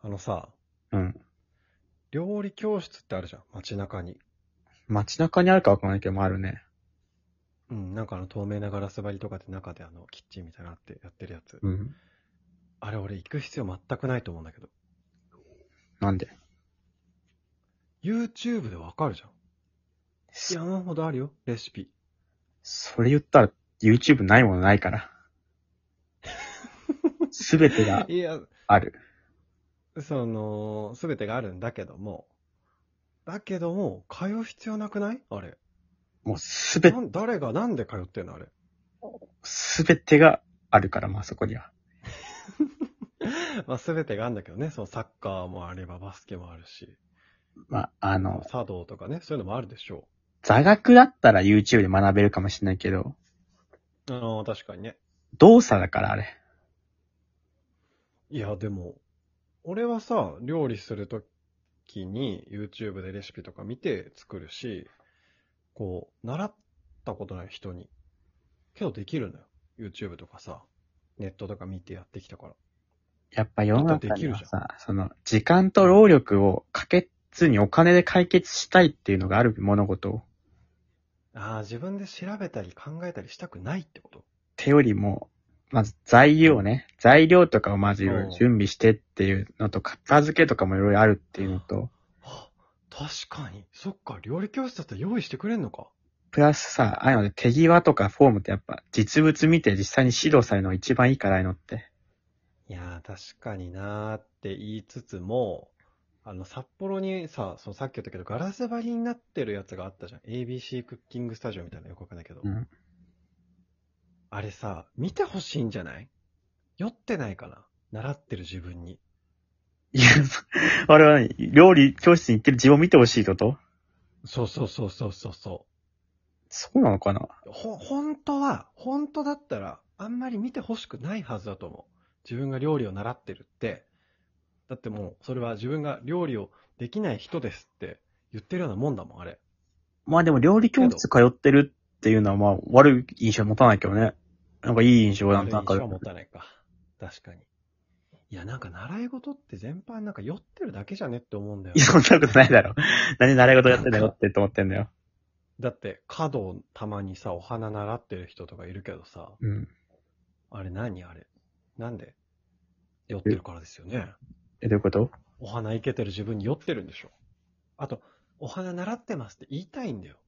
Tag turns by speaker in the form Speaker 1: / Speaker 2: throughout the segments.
Speaker 1: あのさ、
Speaker 2: うん。
Speaker 1: 料理教室ってあるじゃん、街中に。
Speaker 2: 街中にあるかわかんないけど、まああるね。
Speaker 1: うん、なんかあの透明なガラス張りとかで中であのキッチンみたいなのあってやってるやつ。
Speaker 2: うん。
Speaker 1: あれ俺行く必要全くないと思うんだけど。
Speaker 2: なんで
Speaker 1: YouTube でわかるじゃん。
Speaker 2: そ
Speaker 1: 山ほどあるよ、レシピ。
Speaker 2: それ言ったら YouTube ないものな いから。すべてが
Speaker 1: いや、
Speaker 2: ある。
Speaker 1: その、すべてがあるんだけども。だけども、通う必要なくないあれ。
Speaker 2: もうすべ
Speaker 1: な、ん誰がなんで通ってんのあれ。
Speaker 2: すべてがあるから、まあそこには。
Speaker 1: まあ、すべてがあるんだけどね。そのサッカーもあれば、バスケもあるし、
Speaker 2: まあ、あの、
Speaker 1: 茶道とかね、そういうのもあるでしょ
Speaker 2: 座学だったら YouTube で学べるかもしれないけど、
Speaker 1: う。ああ、確かにね。
Speaker 2: 動作だからあれ。
Speaker 1: いや、でも、俺はさ、料理するときに YouTube でレシピとか見て作るし、こう、習ったことない人に。けどできるのよ。YouTube とかさ、ネットとか見てやってきたから。
Speaker 2: やっぱ世の中に
Speaker 1: だってでき
Speaker 2: は
Speaker 1: る
Speaker 2: さ、その、時間と労力をかけずにお金で解決したいっていうのがある物事を。
Speaker 1: ああ、自分で調べたり考えたりしたくないってこと
Speaker 2: 手よりも、まず材料ね、材料とかをまずいろいろ
Speaker 1: うん
Speaker 2: 準備してっていうのと、片付けとかもいろいろあるっていうのと、
Speaker 1: あ、確かに。そっか、料理教室だったら用意してくれんのか。
Speaker 2: プラスさ、ああいうので手際とかフォームってやっぱ実物見て実際に指導されるのが一番いいからああいうのって。
Speaker 1: いやー、確かになーって言いつつも、あの、札幌にさ、そのさっき言ったけど、ガラス張りになってるやつがあったじゃん。ABC クッキングスタジオみたいなのよくわかんないけど。
Speaker 2: うん。
Speaker 1: あれさ、見てほしいんじゃない酔ってないかな習ってる自分に。
Speaker 2: いや、 そあれは何料理教室に行ってる自分を見てほしいってこと
Speaker 1: そうそうそうそうそうそ
Speaker 2: そうなのかな
Speaker 1: う。ほ、本当は、本当だったら、あんまり見てほしくないはずだと思う。自分が料理を習ってるって。だってもう、それは自分が料理をできない人ですって言ってるようなもんだもん、あれ。
Speaker 2: まあでも料理教室通ってるっていうのはまあ悪い印象持たないけどね。なんかいい印象だ
Speaker 1: 悪い
Speaker 2: なん
Speaker 1: 印
Speaker 2: か
Speaker 1: 象は持たないか。確かに。いや、なんか習い事って全般なんか酔ってるだけじゃねって思うんだよ
Speaker 2: い
Speaker 1: ね
Speaker 2: や、。そんなことない だろ。何習い事やってんだよって思ってんだよ。
Speaker 1: だって、華道たまにさ、お花習ってる人とかいるけどさ、
Speaker 2: うん。
Speaker 1: あれ何あれ。なんで酔ってるからですよね。
Speaker 2: え、どういうこと
Speaker 1: お花いけてる自分に酔ってるんでしょ。あと、お花習ってますって言いたいんだよ。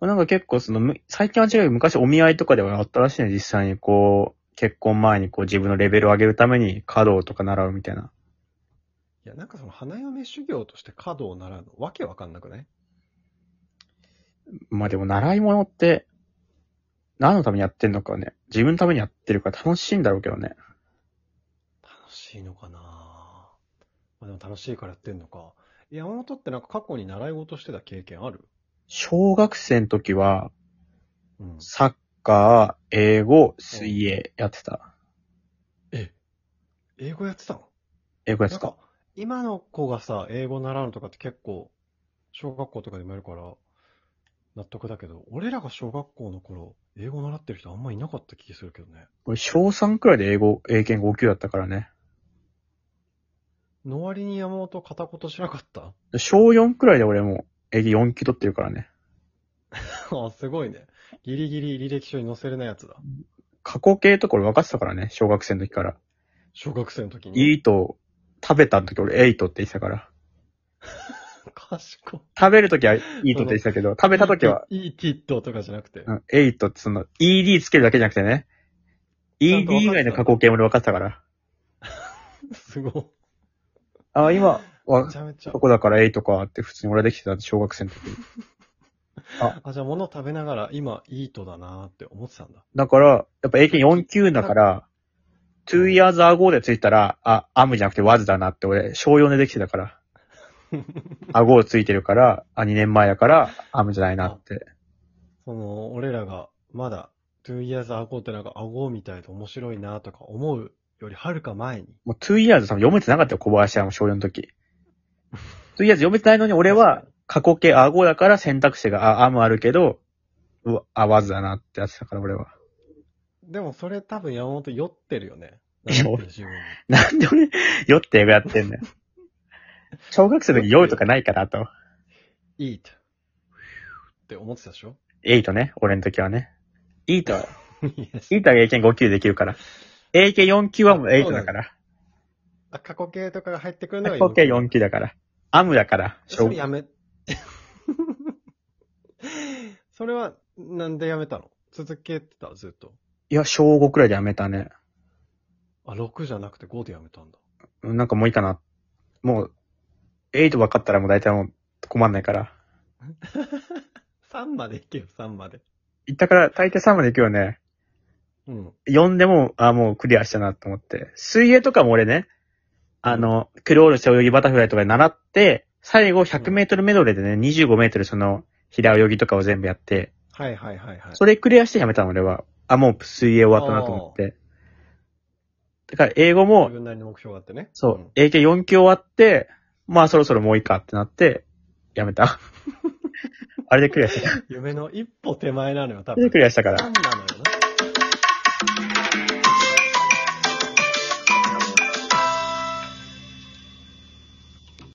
Speaker 2: なんか結構その、む最近は違うけど、昔お見合いとかではあったらしいね、実際にこう、結婚前にこう自分のレベルを上げるために華道とか習うみたいな。
Speaker 1: いや、なんかその花嫁修行として華道を習うの、わけわかんなくない
Speaker 2: まあでも習い物って、何のためにやってんのかね。自分のためにやってるから楽しいんだろうけどね。
Speaker 1: 楽しいのかなまあでも楽しいからやってんのか。山本ってなんか過去に習い事してた経験ある
Speaker 2: 小学生の時は、
Speaker 1: うん。
Speaker 2: サッカー、英語、水泳やってた。
Speaker 1: え英語やってたの
Speaker 2: 英語やっ
Speaker 1: な
Speaker 2: て
Speaker 1: ん
Speaker 2: た。
Speaker 1: か、今の子がさ、英語習うのとかって結構、小学校とかでもやるから、納得だけど、俺らが小学校の頃、英語習ってる人あんまいなかった気するけどね。
Speaker 2: 俺小3くらいで英語、英検5級だったからね。
Speaker 1: の割に山本片言しなかった
Speaker 2: 小4くらいで俺もう英語4級取ってるからね。
Speaker 1: あ、すごいね。ギリギリ履歴書に載せれないやつだ。
Speaker 2: 過去形とか俺分かってたからね、小学生の時から。
Speaker 1: 小学生の時に。
Speaker 2: イート、食べた時俺エイトって言ってたから。
Speaker 1: 賢い。
Speaker 2: 食べる時はイートって言ってたけど、食べた時は、
Speaker 1: いい。いいティットとかじゃなくて。
Speaker 2: うんエイトってその ED つけるだけじゃなくてね。
Speaker 1: ゃ
Speaker 2: ED
Speaker 1: んと分かってた
Speaker 2: 以外の加工形も俺分かってたから。
Speaker 1: すごい。
Speaker 2: あ、今
Speaker 1: め
Speaker 2: は、
Speaker 1: ちゃめちゃ
Speaker 2: こ。こだからエイトかって普通に俺はできてた小学生の時。
Speaker 1: あ、じゃあ物食べながら、今、いいとだなーって思ってたんだ。
Speaker 2: だから、やっぱ英検4級だから、2 years ago でついたら、あ、アムじゃなくてワズだなって俺、小4でできてた から。顎をついてるから、あ、2年前だから、アムじゃないなって。
Speaker 1: その、俺らがまだ、2 years ago ってなんか顎みたいで面白いなとか思うよりはるか前に。
Speaker 2: もう2 years 多分読めてなかったよ、小林はもう小4の時。2 years 読めてないのに俺は、過去形、あごだから選択肢が、あ、あもあるけど、うわ、あわずだなってやつだから俺は。
Speaker 1: でもそれ多分山本酔ってるよね。
Speaker 2: いや
Speaker 1: なんで自分
Speaker 2: なんで俺、酔って英語やって んだよ。小学生の時酔うとかないかなと。
Speaker 1: eat って思ってたでしょ
Speaker 2: エイトね、俺の時はね。イート、
Speaker 1: Yes
Speaker 2: イートは英検5級できるから。英検4級はもうエイトだから。
Speaker 1: あ、過去形とかが入ってくるのが
Speaker 2: 過去形4級だから。アムだから。
Speaker 1: それやめ、 それはなんでやめたの続けてたずっと。
Speaker 2: いや、小5くらいでやめたね。
Speaker 1: あ、6じゃなくて5でやめたん だ。
Speaker 2: うんなんかもういいかな。もう、エイト分かったらもう大体もう困んないから。
Speaker 1: 3までいけよ、3まで。
Speaker 2: 行ったから大抵3まで行くよね。
Speaker 1: うん。
Speaker 2: 4でも、あ、もうクリアしたなと思って。水泳とかも俺ね、あの、クロールして泳ぎバタフライとかで習って、最後100メートルメドレーでね、25メートルその、平泳ぎとかを全部やって、
Speaker 1: はいはいはいはい。
Speaker 2: それクリアしてやめたの俺は。あ、もう水泳終わったなと思って。だから英語も
Speaker 1: 自、分なりの目標があってね。
Speaker 2: そう、
Speaker 1: ん
Speaker 2: 英検4級終わって、まあそろそろもういいかってなって、やめた。あれでクリアした。
Speaker 1: 夢の一歩手前なのよ、多
Speaker 2: あれで
Speaker 1: 分。
Speaker 2: クリアしたから。
Speaker 1: 3なのよな。